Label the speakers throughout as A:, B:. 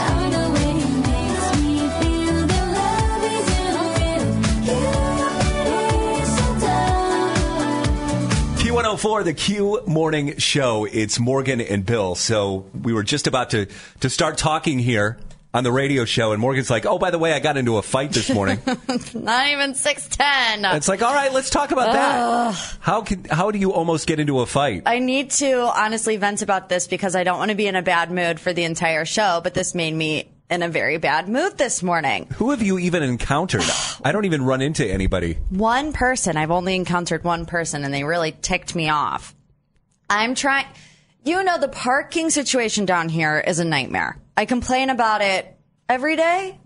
A: hard the way it makes me feel. The love is in a field. You so down.
B: Q104, the Q Morning Show. It's Morgan and Bill. So we were just about to, to start talking here on the radio show, and Morgan's like, oh, by the way, I got into a fight this morning.
C: Not even 6'10.
B: it's like, all right, let's talk about that. How, can, how do you almost get into a fight?
C: I need to honestly vent about this because I don't want to be in a bad mood for the entire show, but this made me in a very bad mood this morning.
B: Who have you even encountered? I don't even run into anybody.
C: One person, I've only encountered one person, and they really ticked me off. I'm trying, you know, the parking situation down here is a nightmare. I complain about it every day.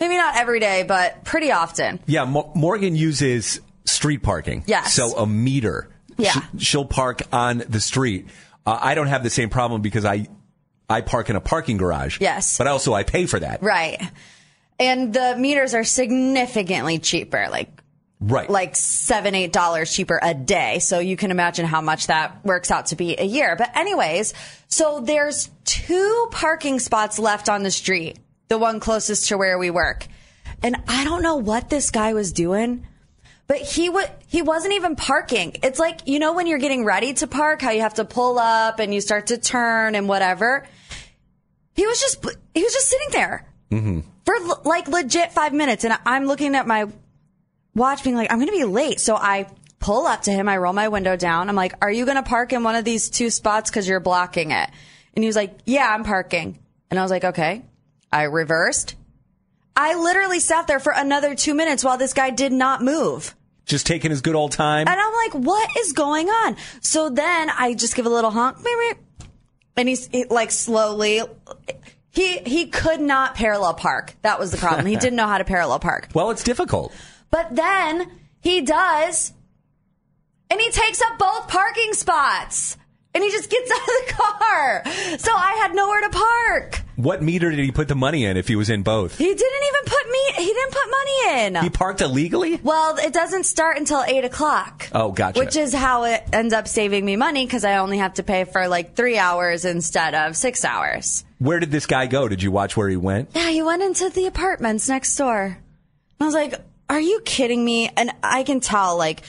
C: Maybe not every day, but pretty often.
B: Yeah, Mo- Morgan uses street parking.
C: Yes.
B: So a meter.
C: Yeah.
B: she'll park on the street. Uh, I don't have the same problem because I I park in a parking garage.
C: Yes.
B: But also I pay for that.
C: Right. And the meters are significantly cheaper, like
B: Right.
C: like seven, eight dollars cheaper a day. So you can imagine how much that works out to be a year. But anyways, so there's two parking spots left on the street, the one closest to where we work. And I don't know what this guy was doing, but he wa he wasn't even parking. It's like, you know, when you're getting ready to park, how you have to pull up and you start to turn and whatever. He was just, he was just sitting there for l- like legit five minutes. And I'm looking at my watch being like, I'm going to be late. So I pull up to him. I roll my window down. I'm like, are you going to park in one of these two spots? Cause you're blocking it. And he was like, yeah, I'm parking. And I was like, okay. I reversed. I literally sat there for another two minutes while this guy did not move.
B: Just taking his good old time.
C: And I'm like, what is going on? So then I just give a little honk, meep, meep. and he's he, like slowly. He he could not parallel park. That was the problem. He didn't know how to parallel park.
B: Well, it's difficult.
C: But then he does, and he takes up both parking spots, and he just gets out of the car. So I had nowhere to park.
B: What meter did he put the money in if he was in both?
C: He didn't even put me. He didn't put money in.
B: He parked illegally?
C: Well, it doesn't start until eight o'clock.
B: Oh, gotcha.
C: Which is how it ends up saving me money because I only have to pay for like three hours instead of six hours.
B: Where did this guy go? Did you watch where he went?
C: Yeah, he went into the apartments next door. And I was like, "Are you kidding me?" And I can tell, like,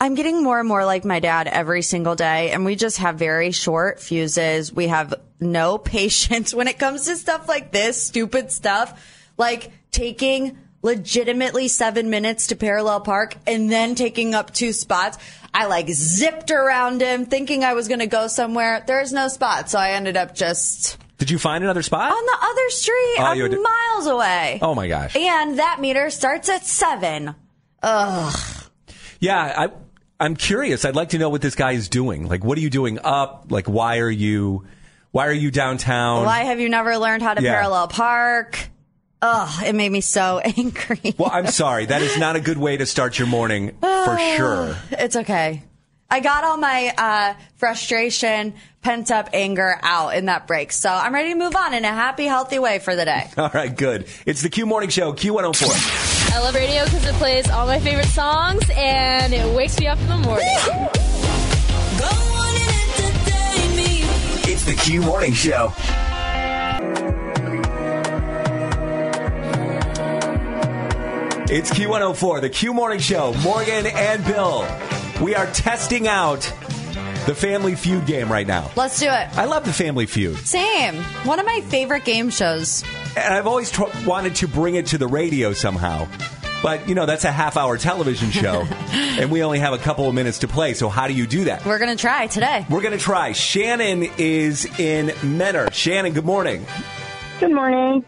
C: I'm getting more and more like my dad every single day, and we just have very short fuses. We have no patience when it comes to stuff like this, stupid stuff, like taking legitimately seven minutes to parallel park and then taking up two spots. I like zipped around him thinking I was going to go somewhere. There is no spot. So I ended up just
B: Did you find another spot?
C: on the other street.
B: Oh, you
C: I'm
B: had to-
C: miles away.
B: Oh my gosh.
C: And that meter starts at seven.
B: Yeah, I I'm curious. I'd like to know what this guy is doing. Like what are you doing up? Like why are you why are you downtown?
C: Why have you never learned how to
B: Oh. Yeah.
C: parallel park? Ugh, it made me so angry.
B: Well, I'm sorry. That is not a good way to start your morning for sure.
C: It's okay. I got all my uh, frustration, pent up anger out in that break. So I'm ready to move on in a happy, healthy way for the day.
B: All right, good. It's the Q oh Morning Show, Q104.
D: I love radio because it plays all my favorite songs and it wakes me up in the morning.
A: Go on and entertain me.
E: It's the Q Morning Show.
B: It's Q104, the Q Morning Show, Morgan and Bill. We are testing out The Family Feud game right now.
C: Let's do it.
B: I love the Family Feud.
C: Same. One of my favorite game shows.
B: and I've always tr- wanted to bring it to the radio somehow. But you know that's a half-hour television show, and we only have a couple of minutes to play. So how do you do that?
C: We're going to try today.
B: We're gonna try. Shannon is in Menor. Shannon, good morning.
F: Good morning.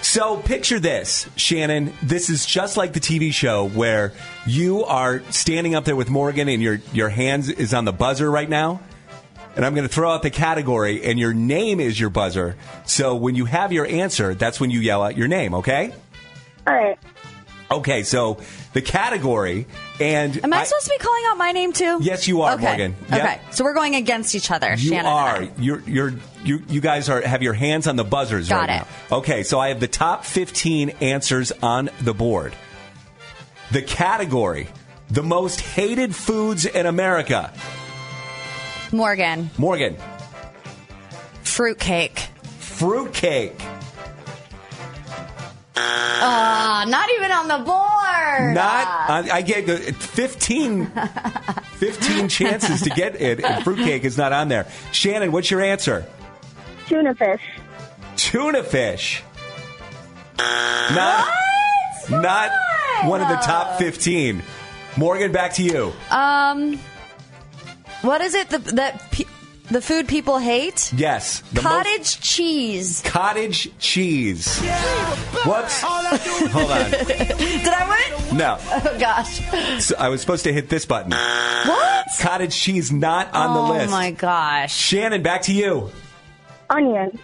B: So picture this, Shannon. This is just like the TV show where you are standing up there with Morgan, and your your hands is on the buzzer right now. And I'm going to throw out the category, and your name is your buzzer. So when you have your answer, that's when you yell out your name. Okay.
F: All right.
B: Okay, so the category and
C: Am I, supposed to be calling out my name too?
B: Yes, you are,
C: okay.
B: Morgan. Yep.
C: Okay. So we're going against each other.
B: you
C: Shannon
B: are
C: And I.
B: you're you're you you guys are have your hands on the buzzers
C: Got
B: right
C: it.
B: now. Okay, so I have the top 15 answers on the board. The category the most hated foods in America.
C: Morgan.
B: Morgan,
C: Fruitcake.
B: fruitcake.
C: Uh, not even on the board.
B: Not I, I gave the 15 15 chances to get it and fruitcake is not on there. Shannon, what's your answer?
F: Tuna fish.
B: tuna fish. Not, not one of the top 15. Morgan, back to you.
C: Um, what is it the, that pe- the food people hate?
B: Yes. the most-
C: Cottage cheese.
B: cottage cheese. What? Hold on.
C: Did I win?
B: No.
C: Oh gosh.
B: So I was supposed to hit this button.
C: What?
B: Cottage cheese not on the
C: oh
B: list.
C: my gosh.
B: Shannon, back to you.
F: Onion.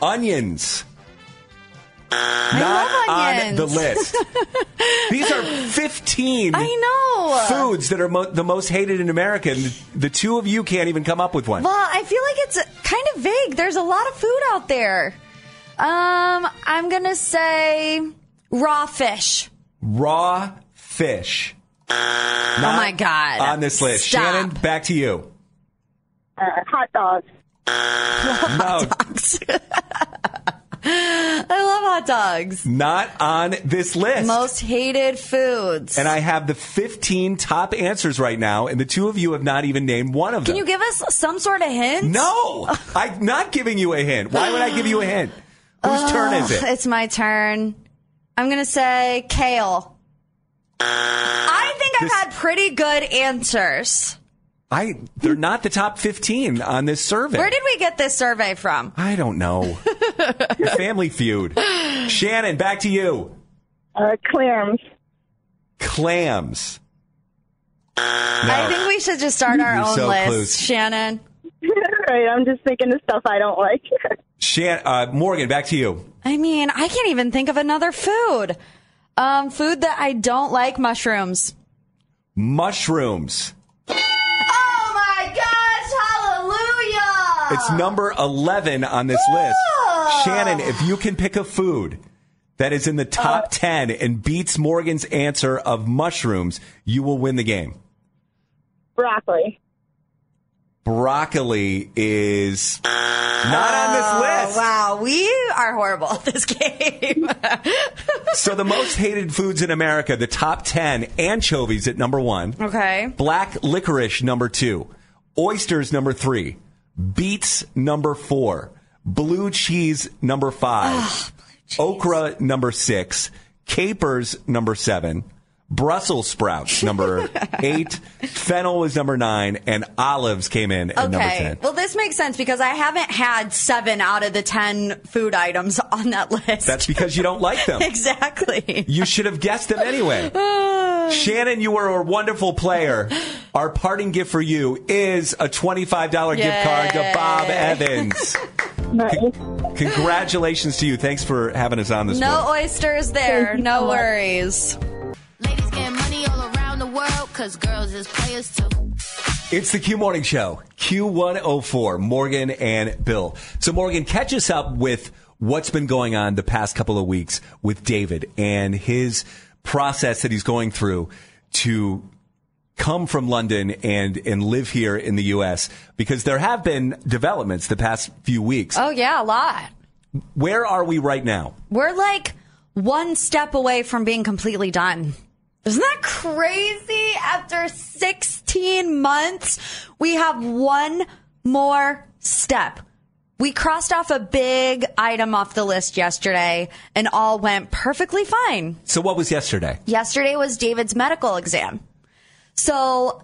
B: Onions. Not
C: love
B: on
C: onions.
B: the list. These are 15
C: I know.
B: foods that are mo- the most hated in America, and the two of you can't even come up with one.
C: Well, I feel like it's kind of vague. There's a lot of food out there. Um, I'm gonna say raw fish.
B: Raw fish.
C: oh my god.
B: On this list.
C: Stop.
B: Shannon, back to you.
F: Uh, hot dog.
B: No,
C: I love hot dogs.
B: not on this list.
C: Most hated foods.
B: and I have the 15 top answers right now, and the two of you have not even named one of them.
C: Can you give us some sort of hint?
B: no, I'm not giving you a hint. Why would I give you a hint? Whose turn is it?
C: Oh, It's my turn. I'm going to say kale. I think I've
B: This-
C: had pretty good answers.
B: I. They're not the top 15 on this survey.
C: Where did we get this survey from?
B: I don't know. The Family Feud. Shannon, back to you.
F: Uh, clams.
B: Clams.
C: I think we should just start our
B: You're
C: own
B: so
C: list.
B: close.
C: Shannon.
F: All right. I'm just thinking of stuff I don't like.
B: Shan- uh, Morgan, back to you.
C: I mean, I can't even think of another food. Um, food that I don't like mushrooms.
B: Mushrooms.
C: Oh my gosh, hallelujah!
B: It's number 11 on this list. Shannon, if you can pick a food that is in the top 10 and beats Morgan's answer of mushrooms, you will win the game.
F: Broccoli.
B: Broccoli is not on this list.
C: Wow, we are horrible at this game.
B: So the most hated foods in America, the top 10, anchovies at number 1.
C: okay.
B: Black licorice number two, oysters number three, beets number four, blue cheese number five, okra number six, capers number seven, Brussels sprouts number eight, fennel was number nine, and olives came in at number
C: Okay.
B: ten.
C: Well, this makes sense because I haven't had seven out of the 10 food items on that list.
B: That's because you don't like them.
C: exactly.
B: You should have guessed them anyway. Shannon, you were a wonderful player. Our parting gift for you is a $25 gift card to Bob Evans.
F: Nice.
B: Congratulations to you. Thanks for having us on this
C: No
B: morning.
C: oysters there.
F: Thank you so
C: No
F: much.
C: worries.
A: Ladies getting money all around the world, cause girls is players too.
B: It's the Q Morning Show, Q104, Morgan and Bill. So, Morgan, catch us up with what's been going on the past couple of weeks with David and his process that he's going through to come from London and, and live here in the U.S. because there have been developments the past few weeks.
C: Oh, yeah, a lot.
B: Where are we right now?
C: We're like one step away from being completely done. Isn't that crazy? After 16 months, we have one more step. We crossed off a big item off the list yesterday and all went perfectly fine.
B: So what was yesterday?
C: Yesterday was David's medical exam. So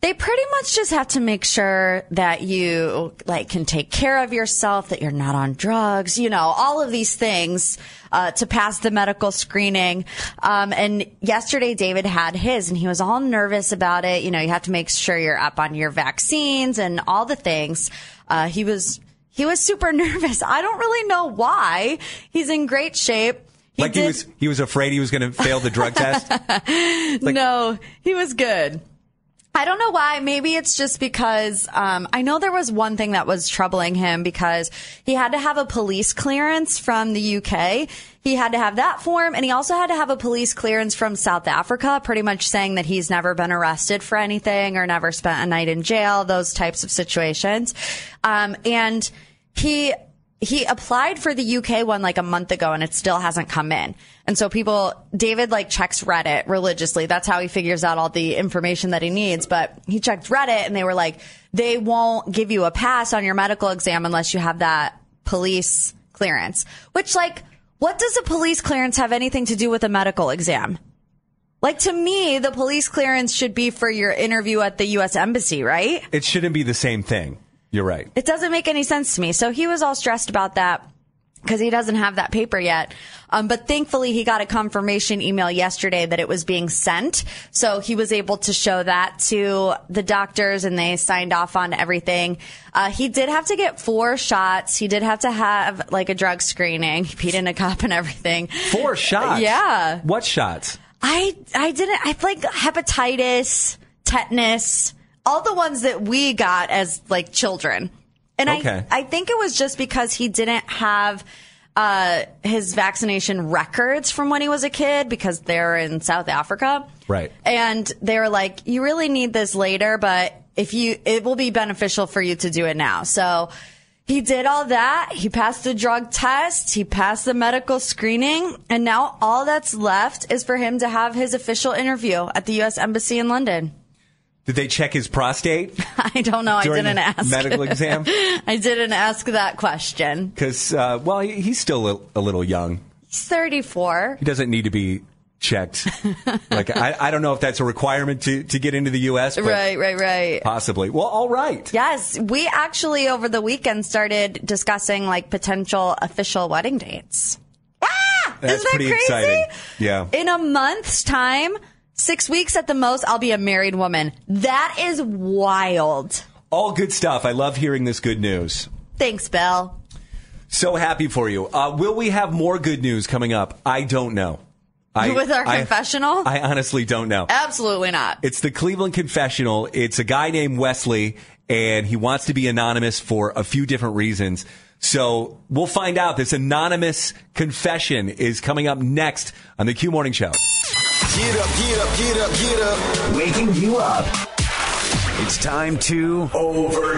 C: they pretty much just have to make sure that you like can take care of yourself, that you're not on drugs, you know, all of these things uh, to pass the medical screening. Um, and yesterday, David had his, and he was all nervous about it. You know, you have to make sure you're up on your vaccines and all the things. Uh, he was he was super nervous. I don't really know why. He's in great shape. He
B: like he was he was afraid he was going to fail the drug test.
C: no, he was good. I don't know why. Maybe it's just because um, I know there was one thing that was troubling him because he had to have a police clearance from the UK. He had to have that form, and he also had to have a police clearance from South Africa, pretty much saying that he's never been arrested for anything or never spent a night in jail, those types of situations. Um, and he he applied for the UK one like a month ago and it still hasn't come in. And so people, David like checks Reddit religiously. That's how he figures out all the information that he needs. But he checked Reddit and they were like, they won't give you a pass on your medical exam unless you have that police clearance, which like, what does a police clearance have anything to do with a medical exam? Like to me, the police clearance should be for your interview at the U.S. embassy, right?
B: It shouldn't be the same thing. You're right.
C: It doesn't make any sense to me. So he was all stressed about that because he doesn't have that paper yet. Um, but thankfully, he got a confirmation email yesterday that it was being sent. So he was able to show that to the doctors and they signed off on everything. Uh, he did have to get four shots. He did have to have like a drug screening. He peed in a cup and everything.
B: Four shots.
C: Yeah.
B: What shots?
C: I I didn't. I like hepatitis, tetanus, all the ones that we got as like children. And
B: Okay.
C: I I think it was just because he didn't have uh, his vaccination records from when he was a kid because they're in South Africa.
B: Right.
C: And they were like, you really need this later, but if you, it will be beneficial for you to do it now. So he did all that. He passed the drug test. He passed the medical screening. And now all that's left is for him to have his official interview at the U.S. Embassy in London.
B: Did they check his prostate
C: I don't know.
B: during
C: I didn't
B: the
C: ask.
B: medical exam?
C: I didn't ask that question.
B: Because uh, well, he, he's still a, a little young.
C: He's 34.
B: He doesn't need to be checked. like I, I don't know if that's a requirement to to get into the U.S. But
C: Right, right, right.
B: Possibly. Well, all right.
C: Yes, we actually over the weekend started discussing like potential official wedding dates. Ah!
B: That's
C: Isn't that
B: pretty
C: crazy?
B: exciting. Yeah.
C: In a month's time, six weeks at the most, I'll be a married woman. That is wild.
B: all good stuff. I love hearing this good news.
C: Thanks, Bill.
B: So happy for you. Uh, will we have more good news coming up? I don't know. I,
C: With our
B: I-
C: confessional?
B: I honestly don't know.
C: Absolutely not.
B: It's the Cleveland Confessional. It's a guy named Wesley, and he wants to be anonymous for a few different reasons. So we'll find out. This anonymous confession is coming up next on the Q Morning Show.
G: Get up, get up, get up, get up. Waking you up. It's time to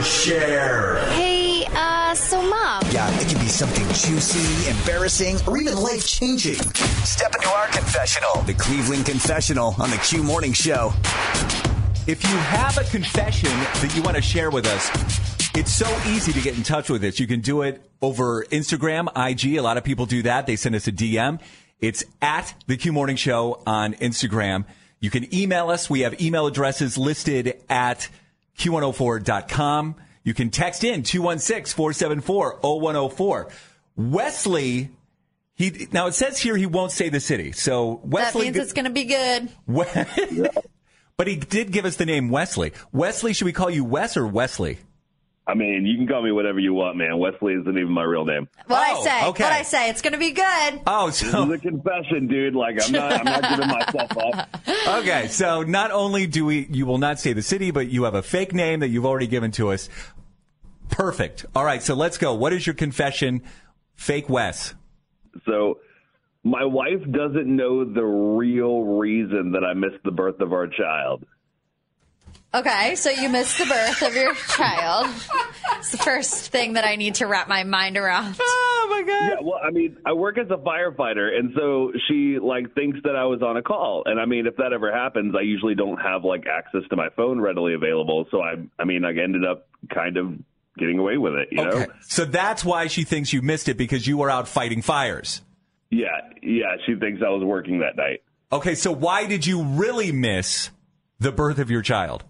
G: overshare.
D: Hey, uh, so mom.
G: Yeah, it could be something juicy, embarrassing, or even life changing. Step into our confessional, the Cleveland Confessional on the Q Morning Show.
B: If you have a confession that you want to share with us, it's so easy to get in touch with us. You can do it over Instagram, IG. A lot of people do that. They send us a DM. It's at the Q Morning Show on Instagram. You can email us. We have email addresses listed at q104.com. You can text in 216 474 0104. Wesley, he, now it says here he won't say the city. So Wesley.
C: that means it's going to be good.
B: We- but he did give us the name Wesley. Wesley, should we call you Wes or Wesley?
H: I mean, you can call me whatever you want, man. Wesley isn't even my real name.
C: What I
B: Oh,
C: say?
B: okay.
C: What I say? It's going to be good.
B: Oh, so
H: This is a confession, dude. Like I'm not, I'm not giving myself up.
B: okay. So not only do we, you will not say the city, but you have a fake name that you've already given to us. Perfect. All right. So let's go. What is your confession? Fake Wes.
H: So my wife doesn't know the real reason that I missed the birth of our child.
C: Okay, so you missed the birth of your child. It's the first thing that I need to wrap my mind around.
B: Oh my god.
H: Yeah, well, I mean, I work as a firefighter, and so she like thinks that I was on a call. And I mean, if that ever happens, I usually don't have like access to my phone readily available. So I, I mean, I ended up kind of getting away with it, you know?
B: So that's why she thinks you missed it because you were out fighting fires.
H: Yeah, yeah. She thinks I was working that night.
B: Okay, so why did you really miss the birth of your child?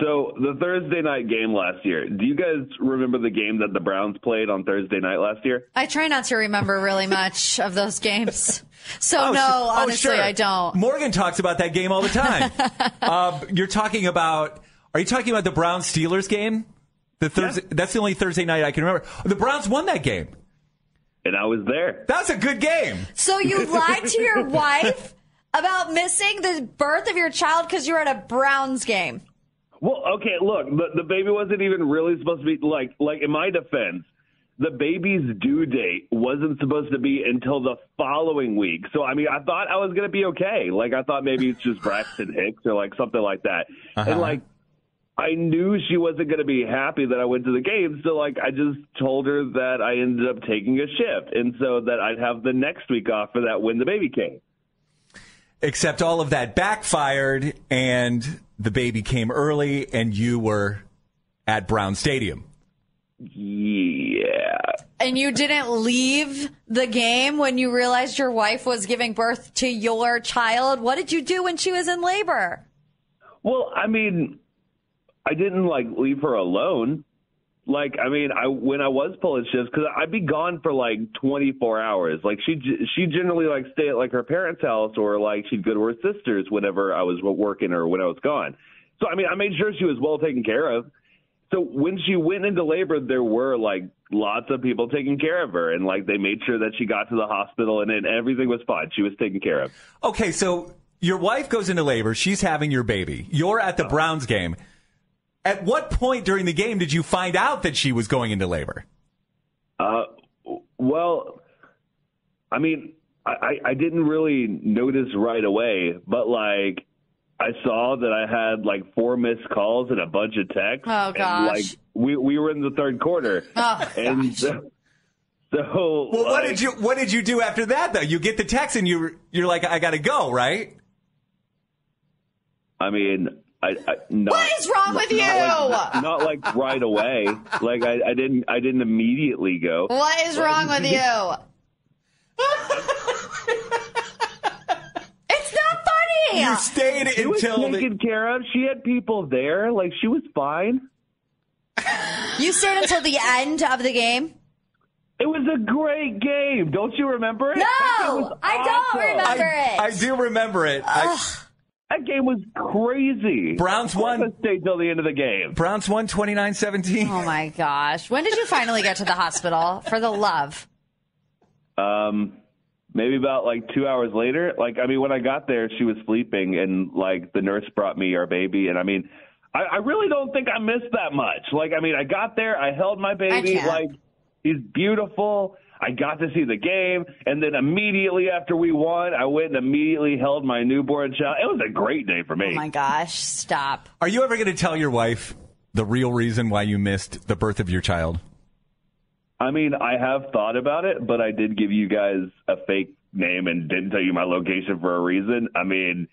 H: So the Thursday night game last year. Do you guys remember the game that the Browns played on Thursday night last year?
C: I try not to remember really much of those games. So,
B: Oh,
C: no,
B: su- oh,
C: honestly,
B: sure.
C: I don't.
B: Morgan talks about that game all the time. uh, you're talking about. Are you talking about the Browns Steelers game? The Thursday. That's the only Thursday night I can remember. The Browns won that game.
H: And I was there.
B: That's a good game.
C: So, you lied to your wife about missing the birth of your child because you were at a Browns game.
H: Well, okay, look, the, the baby wasn't even really supposed to be like like in my defense, the baby's due date wasn't supposed to be until the following week. So I mean, I thought I was gonna be okay. Like I thought maybe it's just Braxton Hicks or like something like that.
B: Uh-huh.
H: And like I knew she wasn't going to be happy that I went to the game, so like I just told her that I ended up taking a shift, and so that I'd have the next week off for that when the baby came.
B: Except all of that backfired, and the baby came early, and you were at Brown Stadium.
H: Yeah.
C: And you didn't leave the game when you realized your wife was giving birth to your child. What did you do when she was in labor?
H: Well, I mean, I didn't like leave her alone. Like, I mean, I when I was pulling shifts, because I'd be gone for like 24 hours. Like she g- she generally like stay at like her parents' house or like she'd go to her sister's whenever I was wo- working or when I was gone. So I mean, I made sure she was well taken care of. So when she went into labor, there were like lots of people taking care of her, and like they made sure that she got to the hospital and, and everything was fine. She was taken care of.
B: Okay, so your wife goes into labor. She's having your baby. You're at
C: Oh.
B: the Browns game. At what point during the game did you find out that she was going into labor?
H: Uh, well, I mean, I, I I didn't really notice right away, but like I saw that I had like four missed calls and a bunch of texts.
C: Oh,
H: And, like
C: gosh.
H: we we were in the third quarter.
C: Oh,
H: and So, so
B: Well, what
H: like,
B: did you what did you do after that though? You get the text and you you're like, I gotta go, right?
H: I mean, I, I not,
C: What is wrong
H: not
C: with you?
H: Like, not, not like right away. like I, I didn't I didn't immediately go.
C: What is wrong with you? it's not funny.
B: You stayed
H: She was
B: until the,
H: taken care of. She had people there. Like she was fine.
C: You stayed until the end of the game?
H: It was a great game. Don't you remember it?
C: No,
H: That game was
C: I don't
H: awesome.
C: remember.
B: I, I do remember it. I,
H: That game was crazy.
B: Browns
H: I
B: won
H: stayed till the end of the game.
B: Browns won 29-17.
C: Oh my gosh. When did you finally get to the hospital? For the love.
H: Um, maybe about like two hours later. Like, I mean, when I got there, she was sleeping, and like the nurse brought me our baby, and I mean, I, I really don't think I missed that much. Like, I mean, I got there, I held my baby,
C: can't.
H: like he's beautiful. I got to see the game, and then immediately after we won, I went and immediately held my newborn child. It was a great day for me.
C: Oh my gosh. Stop.
B: Are you ever gonna tell your wife the real reason why you missed the birth of your child?
H: I mean, I have thought about it, but I did give you guys a fake name and didn't tell you my location for a reason. I mean,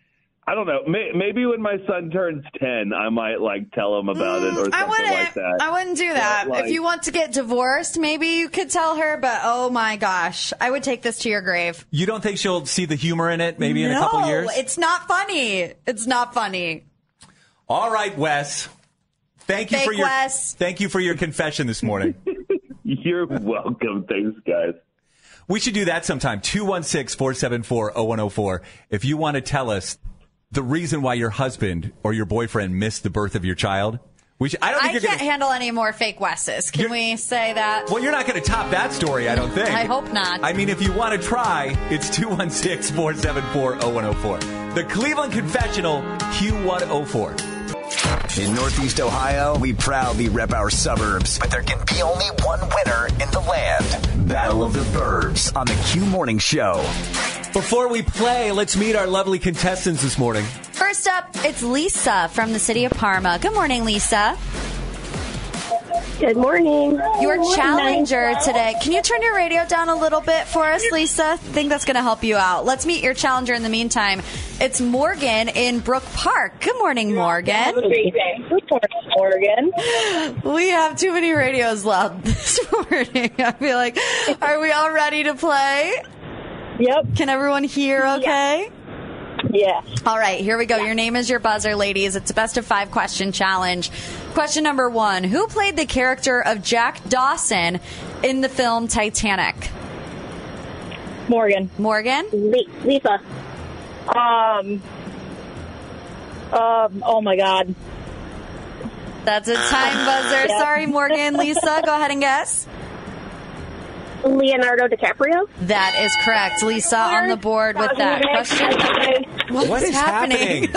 H: I don't know. May- maybe when my son turns 10, I might like tell him about it or something
C: Mm, I wouldn't.
H: like that.
C: I wouldn't do that.
H: But, like-
C: if you want to get divorced, maybe you could tell her. But oh my gosh, I would take this to your grave.
B: You don't think she'll see the humor in it maybe in a couple
C: no,
B: years?
C: it's not funny. It's not funny.
B: All right, Wes. Thank you
C: Thank
B: for your
C: Wes.
B: thank you for your confession this morning.
H: You're welcome. Thanks, guys.
B: we should do that sometime. 216-474-0104. If you want to tell us the reason why your husband or your boyfriend missed the birth of your child, which I don't
C: I
B: think
C: can't
B: you're going to
C: handle any more fake Wes's. Can we say that?
B: Well, you're not going to top that story, I don't think.
C: I hope not.
B: I mean, if you want to try, it's 216 474 0104. The Cleveland Confessional Q104.
G: In Northeast Ohio, we proudly rep our suburbs, but there can be only one winner in the land. Battle of the Burbs on the Q Morning Show.
B: Before we play, let's meet our lovely contestants this morning.
C: First First up, it's Lisa from the city of Parma. Good morning, Lisa.
F: Good morning.
C: Your
F: Good morning.
C: challenger today. Can you turn your radio down a little bit for us, Lisa? I think that's going to help you out. Let's meet your challenger in the meantime. It's Morgan in Brook Park. Good morning, Morgan.
F: Morgan.
C: We have too many radios loud this morning. I feel like, are we all ready to play?
F: Yep.
C: Can everyone hear okay?
F: Yeah.
C: All right, here we go. Your name is your buzzer, ladies. It's a best of five question challenge. Question number one Who played the character of Jack Dawson in the film Titanic?
F: Morgan.
C: Morgan?
F: Lisa. Um. Um. Oh my God.
C: That's a time buzzer.
F: Yeah.
C: Sorry, Morgan. Lisa, go ahead and guess.
F: Leonardo DiCaprio.
C: That is correct. Lisa on the board with that question. What,
A: What
C: is,
A: is
C: happening?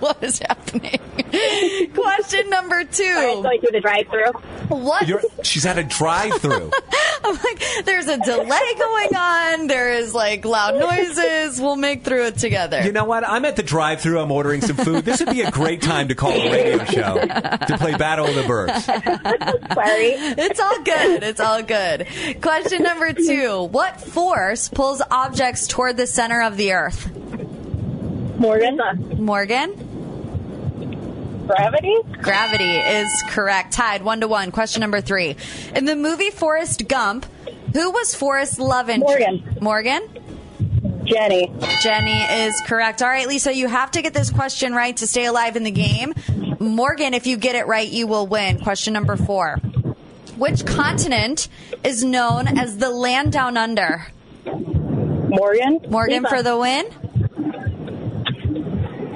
C: what is happening? question number two. going
F: through the drive-through.
C: What?
B: You're, she's at a drive-through.
C: I'm like, there's a delay going on. There is like loud noises. We'll make through it together.
B: You know what? I'm at the drive-through. I'm ordering some food. This would be a great time to call a radio show to play Battle of the Birds.
C: Sorry. It's all good. It's all good. Question number two. What force pulls objects toward the center of the earth?
F: Morgan.
C: Morgan?
F: Gravity?
C: Gravity is correct. Tied one to one. Question number three. In the movie Forrest Gump, who was Forrest Lovin? Morgan. Morgan?
F: Jenny.
C: Jenny is correct. All right, Lisa, you have to get this question right to stay alive in the game. Morgan, if you get it right, you will win. Question number four. Which continent is known as the land down under?
F: Morgan.
C: Morgan for the win?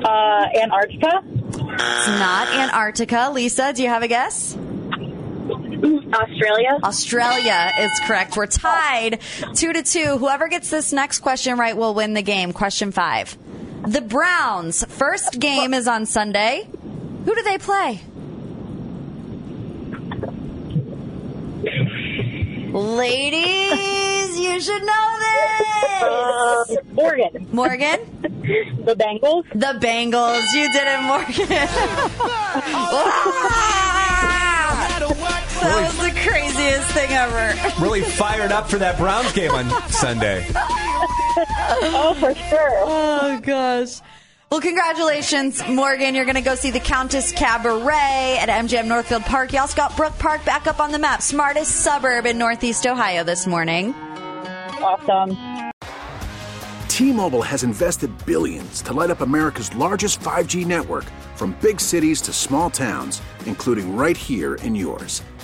F: Uh, Antarctica.
C: It's not Antarctica. Lisa, do you have a guess?
F: Australia.
C: Australia is correct. We're tied two to two. Whoever gets this next question right will win the game. Question five. The Browns' first game is on Sunday. Who do they play? Ladies, you should know this.
F: Morgan.
C: Morgan?
F: The Bengals.
C: The Bengals. You did it, Morgan. that was the craziest thing ever.
B: Really fired up for that Browns game on Sunday.
F: oh, for sure.
C: Oh, gosh. Well, congratulations, Morgan. You're going to go see the Countess Cabaret at MGM Northfield Park. You also got Brook Park back up on the map, smartest suburb in Northeast Ohio this morning.
F: Awesome.
E: T-Mobile has invested billions to light up America's largest 5G network from big cities to small towns, including right here in yours.